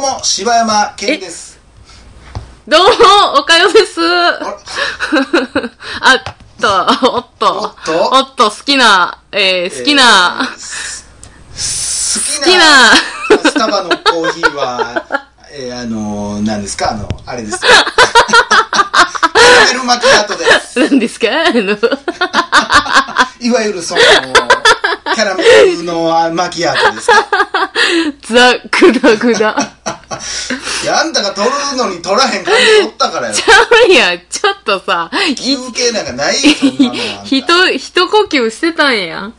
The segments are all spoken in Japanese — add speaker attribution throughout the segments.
Speaker 1: も、柴山健です。
Speaker 2: どうも、おかよです。
Speaker 1: あ
Speaker 2: あ
Speaker 1: ら
Speaker 2: っと、おっと、
Speaker 1: おっと
Speaker 2: おっと好きな、えー、好きな、
Speaker 1: えーす好
Speaker 2: 好きな、
Speaker 1: スタバのコーヒーは、 えー、あのー、何ですかあの、あれですかカラメルマキアートです。
Speaker 2: 何です かあの、
Speaker 1: いわゆるその、キャラメルのあマキアートですか
Speaker 2: ザ・グダグダ。
Speaker 1: いや、あんたが取るのに取らへん感じ取ったからよ
Speaker 2: ち。ゃうやん、ちょっとさ、い
Speaker 1: 休憩なんかないよ、そんなのあんた
Speaker 2: ひと、一呼吸してたんや。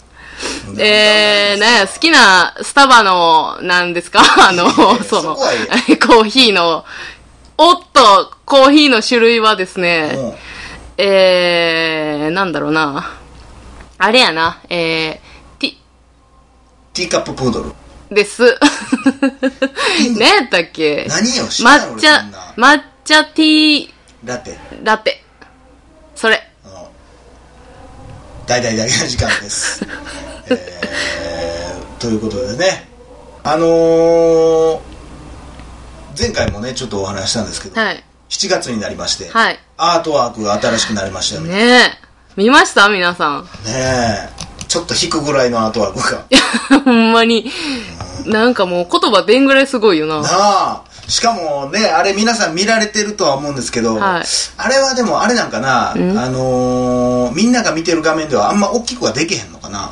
Speaker 2: えー、なんや、好きなスタバの、なんですかあの、
Speaker 1: いや
Speaker 2: その、
Speaker 1: そこはいい
Speaker 2: コーヒーの、おっと、コーヒーの種類はです
Speaker 1: うん
Speaker 2: ね、えー、なんだろうな。あれやな、えー、テ
Speaker 1: ティーカッププードル。
Speaker 2: ィ、です。 何やったっけ
Speaker 1: 何よ、知らん
Speaker 2: 抹
Speaker 1: 俺
Speaker 2: 茶
Speaker 1: そんな、。
Speaker 2: 抹茶ティー
Speaker 1: ラテ。
Speaker 2: ラテ。それ。
Speaker 1: あの大々だけの時間 です、えーということでねあのー前回もねちょっとお話ししたんですけど、
Speaker 2: はい。
Speaker 1: 7月になりまして、
Speaker 2: はい。
Speaker 1: アートワークが新しくなりましたよね
Speaker 2: ねえ。見ました皆さん。
Speaker 1: ねえちょっと引くぐらいのアートワークが
Speaker 2: ほんまに。なんかもう言葉でんぐらいすごいよ
Speaker 1: な
Speaker 2: な。
Speaker 1: あしかもねあれ皆さん見られてるとは思うんですけど、
Speaker 2: はい
Speaker 1: あれはでもあれなんかな、
Speaker 2: ん
Speaker 1: あのーみんなが見てる画面ではあんま大きくはできへんのかなあ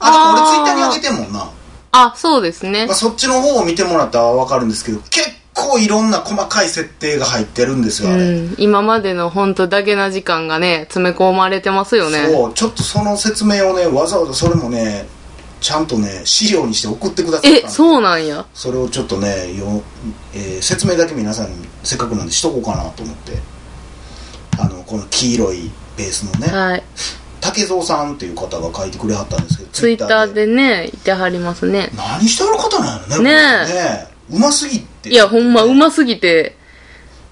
Speaker 2: あー
Speaker 1: とこれツイッターに上げてんもんな
Speaker 2: あ、そうですね
Speaker 1: まあ、。そっちの方を見てもらったらわかるんですけど結構いろんな細かい設定が入ってるんです
Speaker 2: う
Speaker 1: よあれ、
Speaker 2: ん。今までのほんとだけな時間がね、詰め込まれてますよね。
Speaker 1: そうちょっとその説明をねわざわざそれもねちゃんとね資料にして送ってくださったんで
Speaker 2: え、そうなんや。
Speaker 1: それをちょっとねよ、えー説明だけ皆さんにせっかくなんでしとこうかなと思ってあのこの黄色いベースのね、
Speaker 2: はい。
Speaker 1: 竹蔵さんっていう方が書いてくれはったんですけど
Speaker 2: ツイッター
Speaker 1: Twitter
Speaker 2: でね、いてはりますね。
Speaker 1: 何してる方なのね
Speaker 2: ねえ
Speaker 1: えうますぎって
Speaker 2: いや、ほんま、うますぎて、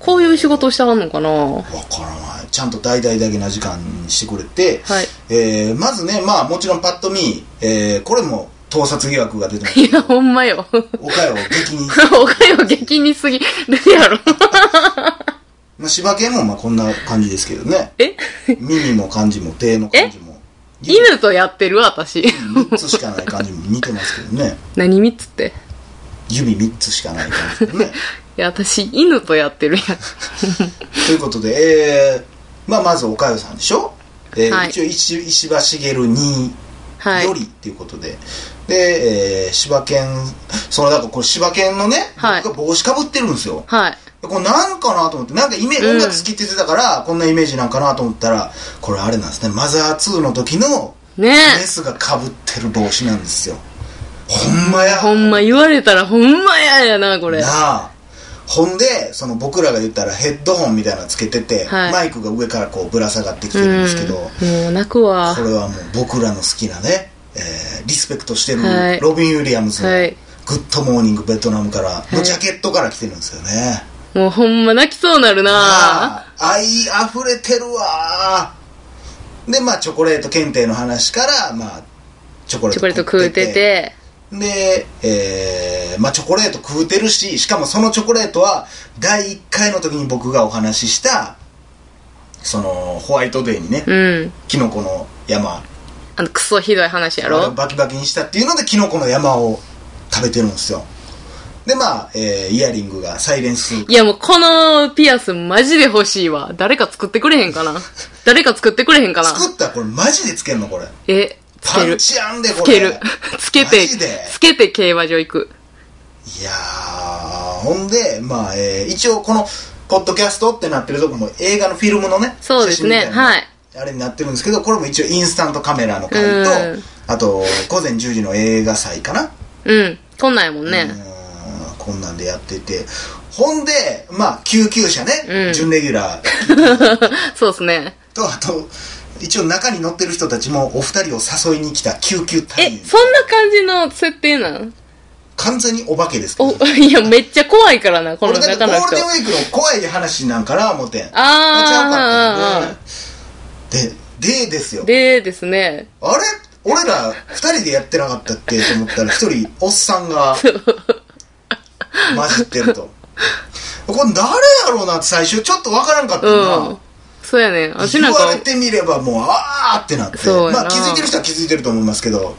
Speaker 2: こういう仕事をしてはんのかなは
Speaker 1: わからないちゃんと大々だけな時間にしてくれて、
Speaker 2: い。
Speaker 1: えーまずねまあもちろんパッと見、えーこれも盗撮疑惑が出てます
Speaker 2: いや、ほんまよ。
Speaker 1: 岡山を激に
Speaker 2: おかよ激にすぎるや ろ。
Speaker 1: まあ柴犬もまあこんな感じですけどね
Speaker 2: え
Speaker 1: 耳も感じも手の感じも
Speaker 2: 犬とやってる私。
Speaker 1: 3つしかない感じも似てますけど ね
Speaker 2: 何三つって。
Speaker 1: 指3つしかない感じでね
Speaker 2: いや、私、犬とやってるやん。
Speaker 1: ということで、えーまあ、まず岡山さんでしょ、えー
Speaker 2: はい
Speaker 1: 一応石石破茂に
Speaker 2: はい
Speaker 1: よ。りっていうことで、で、えー、柴犬そのだからこれ柴犬のね、
Speaker 2: はい
Speaker 1: 僕が帽子かぶってるんですよ
Speaker 2: はい。
Speaker 1: これなんかなと思ってなんかイメージ
Speaker 2: うん
Speaker 1: 音楽好きって言ってたから、こんなイメージなんかなと思ったらこれあれなんですねマザー2の時の
Speaker 2: ね
Speaker 1: メスがかぶってる帽子なんですよほんまや
Speaker 2: え。ほんま言われたらほんまややな、これ
Speaker 1: な。あほんでその僕らが言ったらヘッドホンみたいなのつけてて、
Speaker 2: はい
Speaker 1: マイクが上からこうぶら下がってきて
Speaker 2: うん。
Speaker 1: るん
Speaker 2: も
Speaker 1: ですけど、
Speaker 2: う泣くわ
Speaker 1: こ。れはもう僕らの好きなね、えーリスペクトして
Speaker 2: は
Speaker 1: る
Speaker 2: い
Speaker 1: ロビン・ウィリアムズの
Speaker 2: はい
Speaker 1: 「グッドモーニングベトナム」からの
Speaker 2: はい
Speaker 1: ジャケットから来てるんですよね、
Speaker 2: もうほんま泣きそうなるな。
Speaker 1: ああ愛あふれてるわーでまあチョコレート検定の話からまあチョコレ
Speaker 2: チ
Speaker 1: ー
Speaker 2: ョコレー
Speaker 1: ト
Speaker 2: ト食うてて。
Speaker 1: で、えーまあ、チョコレート食うてるし、しかもそのチョコレートは、第1回の時に僕がお話しした、その、ホワイトデーにね、
Speaker 2: うん。
Speaker 1: キノコの山、
Speaker 2: あの、クソひどい話や
Speaker 1: あれを
Speaker 2: ろ。
Speaker 1: バキバキにしたっていうので、キノコの山を食べてるんですよ。で、まあ、えーイヤリングがサイレンス、
Speaker 2: いやもうこのピアスマジで欲しいわ。誰か作ってくれへんかな誰か作ってくれへんかな
Speaker 1: 作ったらこれマジでつけるのこれ。
Speaker 2: え、つ
Speaker 1: パ
Speaker 2: け
Speaker 1: ン
Speaker 2: る。
Speaker 1: チあんで
Speaker 2: つ
Speaker 1: これ。
Speaker 2: ける。つけて
Speaker 1: マジで、
Speaker 2: つけて競馬場行く。
Speaker 1: いやー、ほんで、まあ、えー一応この、ポッドキャストってなってるとこも映画のフィルムのね、
Speaker 2: そうです
Speaker 1: 写
Speaker 2: ね
Speaker 1: 真みたな
Speaker 2: はい
Speaker 1: あれになってるんですけど、これも一応インスタントカメラの回
Speaker 2: う
Speaker 1: と
Speaker 2: ん、
Speaker 1: あと、午前10時の映画祭かな。
Speaker 2: うん。こんなんやもん
Speaker 1: うー
Speaker 2: ね。
Speaker 1: んこんなんでやってて。ほんで、まあ、救急車ね、
Speaker 2: うん
Speaker 1: 準レギュラー
Speaker 2: そうですね。
Speaker 1: と、あと、一応中に乗ってる人たちもお二人を誘いに来た救急隊
Speaker 2: え、
Speaker 1: 員。
Speaker 2: そんな感じの設定なん
Speaker 1: 完全にお化けですけど。
Speaker 2: お、 いや、めっちゃ怖いからな、この
Speaker 1: 俺だって
Speaker 2: 中
Speaker 1: ゴ
Speaker 2: の
Speaker 1: ール
Speaker 2: 人
Speaker 1: デン。ウィークの怖い話なんかな思ってん。あちゃうか
Speaker 2: あ
Speaker 1: ったんでででですよ
Speaker 2: ー、でですね、
Speaker 1: あれ俺ら2人でやってなかったっけと思ったら1人おっさんが混じってるとこれ誰だろうなって最初ちょっとわからんかったな、
Speaker 2: うん。そうやねん。私な
Speaker 1: 言
Speaker 2: んか
Speaker 1: わ、れてみればもうあーってなって
Speaker 2: そうや
Speaker 1: ま
Speaker 2: な
Speaker 1: あ気づいてる人は気づいてると思いますけど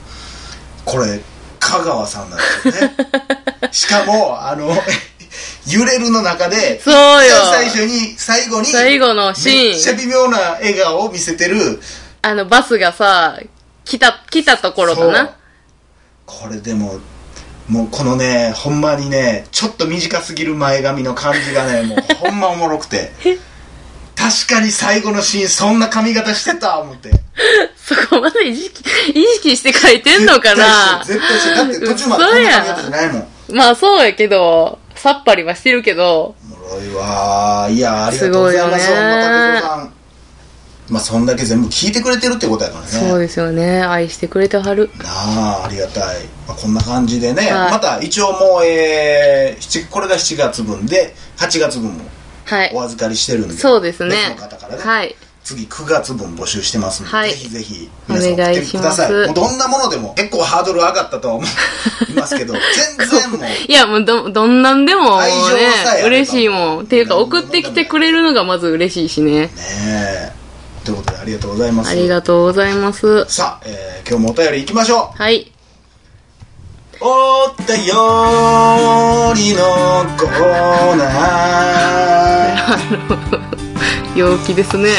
Speaker 1: これ香川さんなんですよ ねしかもあの 揺れるの中で
Speaker 2: そうよ
Speaker 1: 一番最初に最後に
Speaker 2: 最後のシーン
Speaker 1: めっちゃ微妙な笑顔を見せてる
Speaker 2: あの、バスがさ、来た、来たところか
Speaker 1: そう
Speaker 2: な。
Speaker 1: これでももうこのねほんまにねちょっと短すぎる前髪の感じが ねもうほんまおもろくて確かに最後のシーンそんな髪型してた思って。
Speaker 2: そこまで意識、意識して書いてんのかな
Speaker 1: 絶対してだって途中までこんな髪型じゃないもん
Speaker 2: まあそうやけど、さっぱりはしてるけど、
Speaker 1: おもろいわーいやーありがとうございます
Speaker 2: すごいよね
Speaker 1: 本間武さんまあそんだけ全部聞いてくれてるってことやからね
Speaker 2: そうですよね。愛してくれてはる。
Speaker 1: なあありがたい、まあ、こんな感じでね、
Speaker 2: はい
Speaker 1: また一応もうえー、七これが7月分で8月分も
Speaker 2: はい
Speaker 1: お。預かりしてるんで、
Speaker 2: そうですね
Speaker 1: 別の方からね、
Speaker 2: はい。
Speaker 1: 次9月分募集してますので、
Speaker 2: はい
Speaker 1: ぜひぜひ皆さん送ってください
Speaker 2: お願いします
Speaker 1: もうどんなものでも結構ハードル上がったとは思います けど全然もう
Speaker 2: いや、もうど、どんなんでも、ね
Speaker 1: 愛情さえあれば、
Speaker 2: 嬉しいもん。っていうか、送ってきてくれるのがまず嬉しいしね。
Speaker 1: ねえということでありがとうございます
Speaker 2: ありがとうございます。
Speaker 1: さあ、えー今日もお便りいきましょ
Speaker 2: はい。
Speaker 1: うお便りのコーナー
Speaker 2: あの、陽気ですね。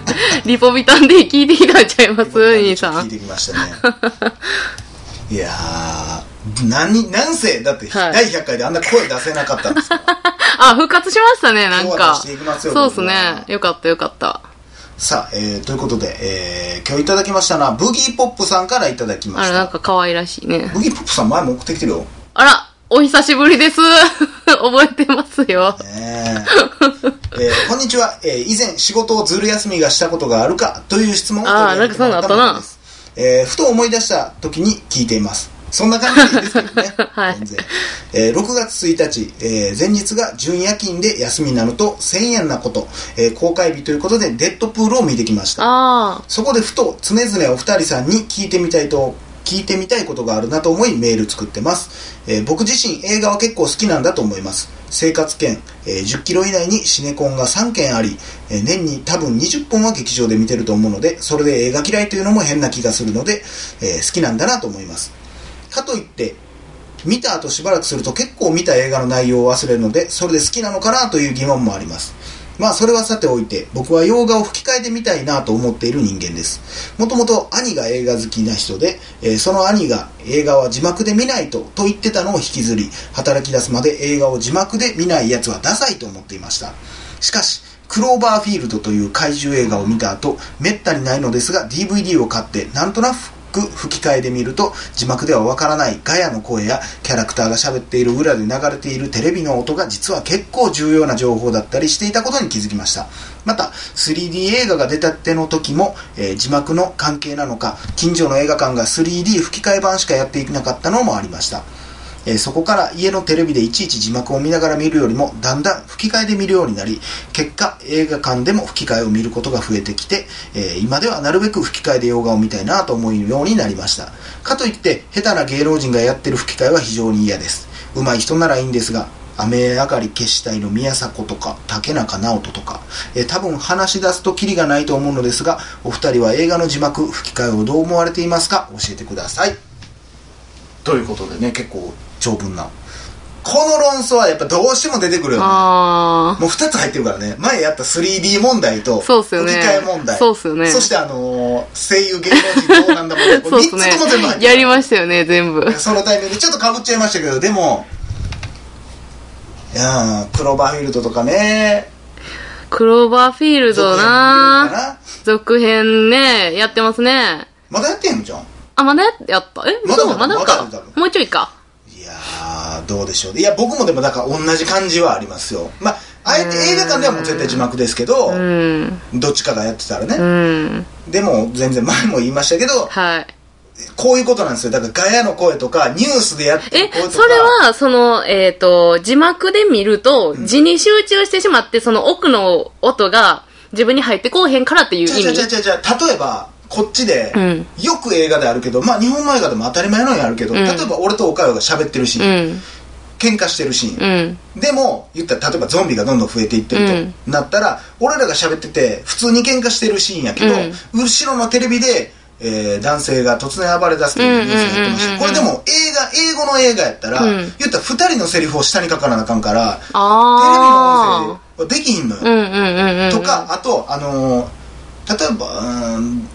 Speaker 2: リポビタンで聞いてきたんちゃいます兄さ
Speaker 1: 聞い
Speaker 2: ん。
Speaker 1: てきました ねいやー何何せだって、
Speaker 2: はい
Speaker 1: 第100回であんな声出せなかったんです から
Speaker 2: あ、復活しましたね、なん
Speaker 1: 今日は出
Speaker 2: か
Speaker 1: していきま。すよ
Speaker 2: そうですね
Speaker 1: 僕は。
Speaker 2: よかった、よかった。
Speaker 1: さあ、えーということで、えー今日いただきましたのはブギーポップさんからいただきま
Speaker 2: あ
Speaker 1: し
Speaker 2: ら、なん
Speaker 1: た
Speaker 2: か可愛らしいね。
Speaker 1: ブギーポップさん前も送ってきてるよ
Speaker 2: あら、お久しぶりです。 覚えてますよ。
Speaker 1: ねええーこんにちは、えー以前仕事をずる休みがしたことがあるかという質問を
Speaker 2: あー
Speaker 1: 取り上げてもら
Speaker 2: なんかそんな
Speaker 1: も
Speaker 2: んあったな
Speaker 1: のですえーふと思い出した時に聞いていますそんな感じでいいですけどね、
Speaker 2: はい
Speaker 1: 全然えー6月1日、えー前日が準夜勤で休みになると1000円なこと、えー公開日ということでデッドプールを見てきました
Speaker 2: あ
Speaker 1: そこでふと常々お二人さんに聞いてみたいと聞いてみたいことがあるなと思いメール作ってます、えー僕自身映画は結構好きなんだと思います生活圏、えー10キロ以内にシネコンが3件あり、えー年に多分20本は劇場で見てると思うのでそれで映画嫌いというのも変な気がするので、えー好きなんだなと思いますかといって見た後しばらくすると結構見た映画の内容を忘れるのでそれで好きなのかなという疑問もありますまあそれはさておいて僕は洋画を吹き替えてみたいなと思っている人間ですもともと兄が映画好きな人で、えーその兄が映画は字幕で見ないとと言ってたのを引きずり働き出すまで映画を字幕で見ないやつはダサいと思っていましたしかしクローバーフィールドという怪獣映画を見た後めったにないのですが DVD を買ってなんとなく吹き替えで見ると字幕ではわからないガヤの声やキャラクターが喋っている裏で流れているテレビの音が実は結構重要な情報だったりしていたことに気づきましたまた 3D 映画が出たての時も、えー字幕の関係なのか近所の映画館が 3D 吹き替え版しかやっていなかったのもありましたえーそこから家のテレビでいちいち字幕を見ながら見るよりもだんだん吹き替えで見るようになり結果映画館でも吹き替えを見ることが増えてきて、えー今ではなるべく吹き替えで洋画を見たいなと思うようになりましたかといって下手な芸能人がやってる吹き替えは非常に嫌です上手い人ならいいんですが雨上がり決死隊の宮迫とか竹中直人とか、えー多分話し出すとキリがないと思うのですがお二人は映画の字幕吹き替えをどう思われていますか教えてくださいということでね結構長文なこの論争はやっぱどうしても出てくるよ
Speaker 2: あ。
Speaker 1: ね
Speaker 2: ああ。
Speaker 1: もう2つ入ってるからね前やった 3D 問題と
Speaker 2: そうっすよね
Speaker 1: 吹き替え問題
Speaker 2: そうっすよね
Speaker 1: そしてあのー声優芸能人どうなんだもんこ
Speaker 2: そう
Speaker 1: れ
Speaker 2: で
Speaker 1: 3つ
Speaker 2: す
Speaker 1: と
Speaker 2: ね
Speaker 1: も全部入っ。て
Speaker 2: や
Speaker 1: る
Speaker 2: りましたよね、全部。
Speaker 1: そのタイミングでちょっとかぶっちゃいましたけどでもいやークローバーフィールドとかね
Speaker 2: クローバーフィールド
Speaker 1: 続編見ようか
Speaker 2: な
Speaker 1: な
Speaker 2: 続編ね、やってますね。
Speaker 1: まだやってんのじゃん
Speaker 2: あ、まだややったえ
Speaker 1: まだ
Speaker 2: そうまだ
Speaker 1: まだまだ
Speaker 2: か。もうちょいか。
Speaker 1: いやーどうでしょういや僕もでもだから同じ感じはありますよまああえて映画館ではもう絶対字幕ですけど
Speaker 2: うん。
Speaker 1: どっちかがやってたらね
Speaker 2: うん。
Speaker 1: でも全然前も言いましたけど
Speaker 2: はい。
Speaker 1: こういうことなんですよだからガヤの声とかニュースでやってる
Speaker 2: え
Speaker 1: 声とか、
Speaker 2: それは、その、えっ、と、字幕で見ると、字に集中してしまって、その奥の音が自分に入ってこうへんからっていう
Speaker 1: ちゃう
Speaker 2: 意
Speaker 1: ちゃうちゃう
Speaker 2: 味。
Speaker 1: ちゃうちゃう例えばこっちで、
Speaker 2: うん
Speaker 1: よく映画であるけどまあ日本の映画でも当たり前のようにあるけど、
Speaker 2: ん
Speaker 1: 例えば俺と岡山が喋ってるし、
Speaker 2: うん。
Speaker 1: 喧嘩してるシーン、
Speaker 2: うん。
Speaker 1: でも言ったら例えばゾンビがどんどん増えていってると、
Speaker 2: うん
Speaker 1: なったら俺らが喋ってて普通に喧嘩してるシーンやけど、後ろのテレビで、えー男性が突然暴れ出すというニュースになってました、
Speaker 2: うんうんうんう
Speaker 1: これ
Speaker 2: ん
Speaker 1: でも映画英語の映画やったら、
Speaker 2: うん
Speaker 1: 言ったら2人のセリフを下に書かなあかんからテレビの音
Speaker 2: あ
Speaker 1: 声でできひんのよ、
Speaker 2: あ。うんうんうんうん。
Speaker 1: と。かあとあのー例えばうーん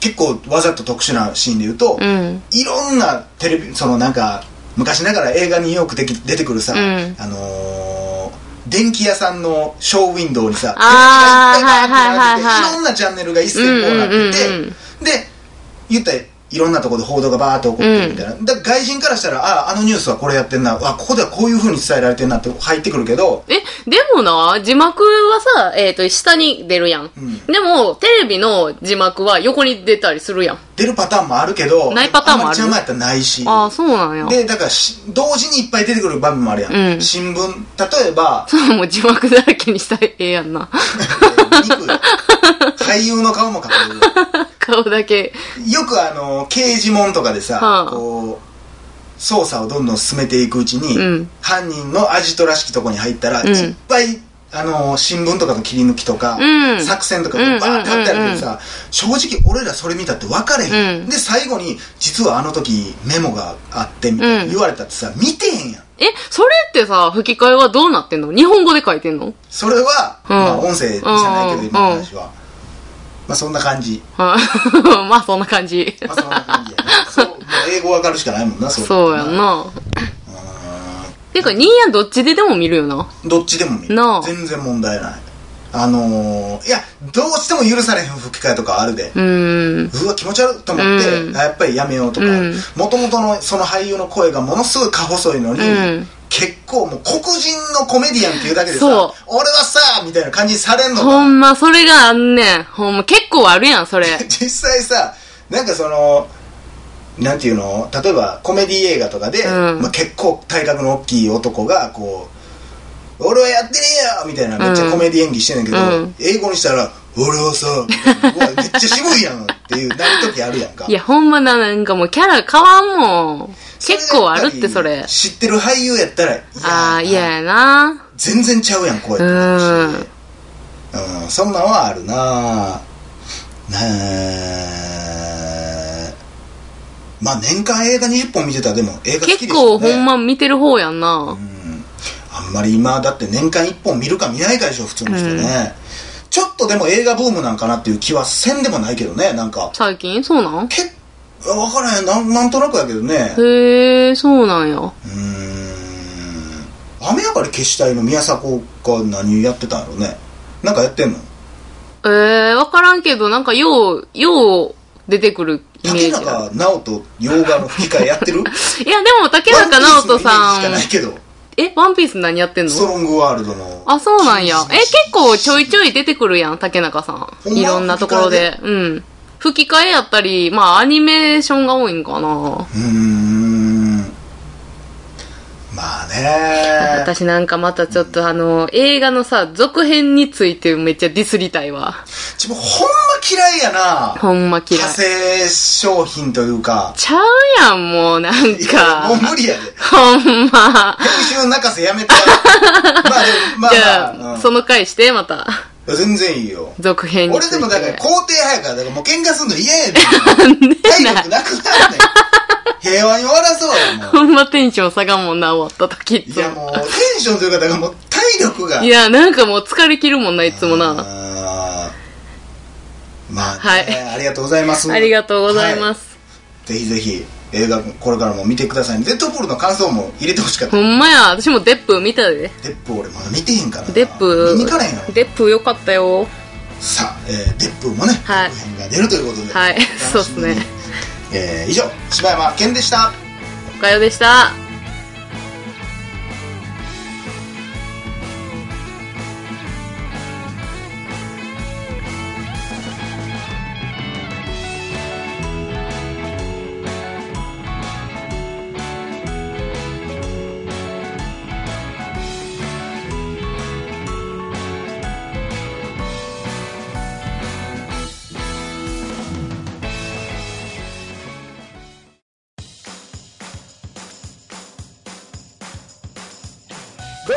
Speaker 1: 結構わざと特殊なシーンで言うと、
Speaker 2: うん。
Speaker 1: いろんなテレビそのなんか昔ながら映画によくでき出てくるさ、
Speaker 2: うん
Speaker 1: あのー電気屋さんのショーウィンドウにさ
Speaker 2: あー
Speaker 1: テレビがいっぱいバーって並んでて
Speaker 2: はいはいはいはい
Speaker 1: いろんなチャンネルが一斉にこうなってて、
Speaker 2: うんうんうんうん
Speaker 1: で言ったらいろんなところで報道がバーッと起こってるみたいな、だから外人からしたらあああのニュースはこれやってんなあここではこういうふうに伝えられてんなって入ってくるけど
Speaker 2: え、でもな、字幕はさ、えっ、と、下に出るやん,、
Speaker 1: ん
Speaker 2: でも、テレビの字幕は横に出たりするやん。
Speaker 1: 出るパターンもあるけど
Speaker 2: ないパターンもある
Speaker 1: んまり邪魔やったらないし
Speaker 2: ああ、そうなんや。
Speaker 1: でだからし同時にいっぱい出てくる場面もあるやん、
Speaker 2: うん
Speaker 1: 新聞例えば
Speaker 2: そう、もう字幕だらけにしたらええやんな。
Speaker 1: 見にくい俳優の顔も隠れる
Speaker 2: 顔だけ。
Speaker 1: よくあの刑事門とかでさ、
Speaker 2: はあ
Speaker 1: こう捜査をどんどん進めていくうちに、
Speaker 2: うん
Speaker 1: 犯人のアジトらしきとこに入ったら、
Speaker 2: ん
Speaker 1: いっぱいあの新聞とかの切り抜きとか、
Speaker 2: うん
Speaker 1: 作戦とかがバーって貼ってあるけどさ、正直俺らそれ見たって分かれへん、
Speaker 2: うん
Speaker 1: で最後に実はあの時メモがあってみたいな
Speaker 2: うん
Speaker 1: 言われたってさ見てへんやん
Speaker 2: え、それってさ、吹き替えはどうなってんの日本語で書いてんの
Speaker 1: それは、
Speaker 2: うん
Speaker 1: まあ、音声じゃないけど、
Speaker 2: うん
Speaker 1: 今の話は、まあそんな感じ
Speaker 2: はいまあ、そんな 感じ。
Speaker 1: まあそんな感じやなそうもう英語わかるしかないもんなそれ
Speaker 2: そうやんな。てか、ニーヤどっちででも見るよな。
Speaker 1: どっちでも見る
Speaker 2: なあ
Speaker 1: 全然問題ないあのー、いやどうしても許されへん吹き替えとかあるで
Speaker 2: うーん。
Speaker 1: うわ気持ち悪いと思って、
Speaker 2: うん
Speaker 1: あやっぱりやめようとか
Speaker 2: うん
Speaker 1: もともとのその俳優の声がものすごいか細いのに、
Speaker 2: うん
Speaker 1: 結構もう黒人のコメディアンっていうだけでさ
Speaker 2: そう
Speaker 1: 俺はさみたいな感じにされんのか
Speaker 2: ほんま、それがあんねん。ほんま、結構あるやん、それ。
Speaker 1: 実際さなんかそのなんていうの例えばコメディ映画とかで、
Speaker 2: うん
Speaker 1: まあ、結構体格の大きい男がこう「俺はやってねえよ!」みたいなめっちゃコメディ演技してんねんけど、
Speaker 2: うん英
Speaker 1: 英語にしたら「俺は さ」みたいなうわめっちゃ渋いやんっていうなる時あるやんか
Speaker 2: いや、ほんまな、なんかもうキャラ変わんもん。結構あるって、それ。
Speaker 1: 知ってる俳優やったらいや
Speaker 2: ああ、嫌やな。
Speaker 1: 全然ちゃうやん声
Speaker 2: うーん。
Speaker 1: うん、そんなんはあるなねえまあ年間映画20本見てたらでも映画好きで
Speaker 2: 結
Speaker 1: すよ
Speaker 2: 構
Speaker 1: ね
Speaker 2: ほんま見てる方やんな。
Speaker 1: あんまり今だって年間1本見るか見ないかでしょ普通の人ね、ちょっとでも映画ブームなんかなっていう気はせんでもないけどねなんか
Speaker 2: 最近そうなん
Speaker 1: け分からへんなんなんとなくだけどね
Speaker 2: へえ、そうなんや。
Speaker 1: うーん雨上がり消し隊の宮迫が何やってたんやろうねなんかやってんの
Speaker 2: ええー、わからんけど、なんかよう、よう出てくるイメ
Speaker 1: 竹
Speaker 2: ージあ
Speaker 1: 中直人洋画の吹き替えやってる
Speaker 2: る。いや、でも竹中直人さ
Speaker 1: ワンピースのイメージしかな、
Speaker 2: ん
Speaker 1: いけど
Speaker 2: え、ワンピース何やってんの
Speaker 1: ストロングワールドの
Speaker 2: あ、そうなんや。え、結構ちょいちょい出てくるやん、竹中さ
Speaker 1: ほん
Speaker 2: ん。
Speaker 1: ま
Speaker 2: いろんなところで。うん。吹き替えやったり、まあ、アニメーションが多いんか
Speaker 1: う
Speaker 2: な。
Speaker 1: ーんまあね
Speaker 2: 私なんかまたちょっとあの、映画のさ、続編についてめっちゃディスりたいわ。
Speaker 1: ちょほんま嫌いやな
Speaker 2: ほんま嫌い。
Speaker 1: 派生商品というか
Speaker 2: ちゃうやん、もうなん
Speaker 1: いや
Speaker 2: か
Speaker 1: もう。無理やで
Speaker 2: ほんま。
Speaker 1: 編集泣かせやめて まあでもまあ
Speaker 2: じゃあ、
Speaker 1: まあ、うん
Speaker 2: その回して、また。
Speaker 1: 全然いいよ
Speaker 2: 続編につ
Speaker 1: 俺
Speaker 2: いて。
Speaker 1: でもだから肯定派やからだからもう喧嘩すんの嫌やで体力なくなるねん平和に終わらそうやもう
Speaker 2: ほんまテンション下がんもんな、終わった時い
Speaker 1: い
Speaker 2: つ
Speaker 1: や
Speaker 2: も。
Speaker 1: もうテンションというかだからもう体力が
Speaker 2: いや、なんかもう疲れ切るもんな、いつもな。
Speaker 1: あーまあ、ね
Speaker 2: はい
Speaker 1: ありがとうございます、
Speaker 2: ありがとうございますす。
Speaker 1: はいぜひぜひ映画これからも見てくださいデッドプールの感想も入れてほしかった、
Speaker 2: ほんまや、私もデップ見たで。
Speaker 1: デップ俺まだ見てへんからな
Speaker 2: デップ
Speaker 1: 見に行かれへんよ、
Speaker 2: デップよかったよ。
Speaker 1: さあ、えーデップもね、
Speaker 2: はい
Speaker 1: 続編が出るということで
Speaker 2: はい
Speaker 1: お楽しみに
Speaker 2: そうっすね
Speaker 1: えー以上柴山健でした
Speaker 2: おかよでした。
Speaker 1: ど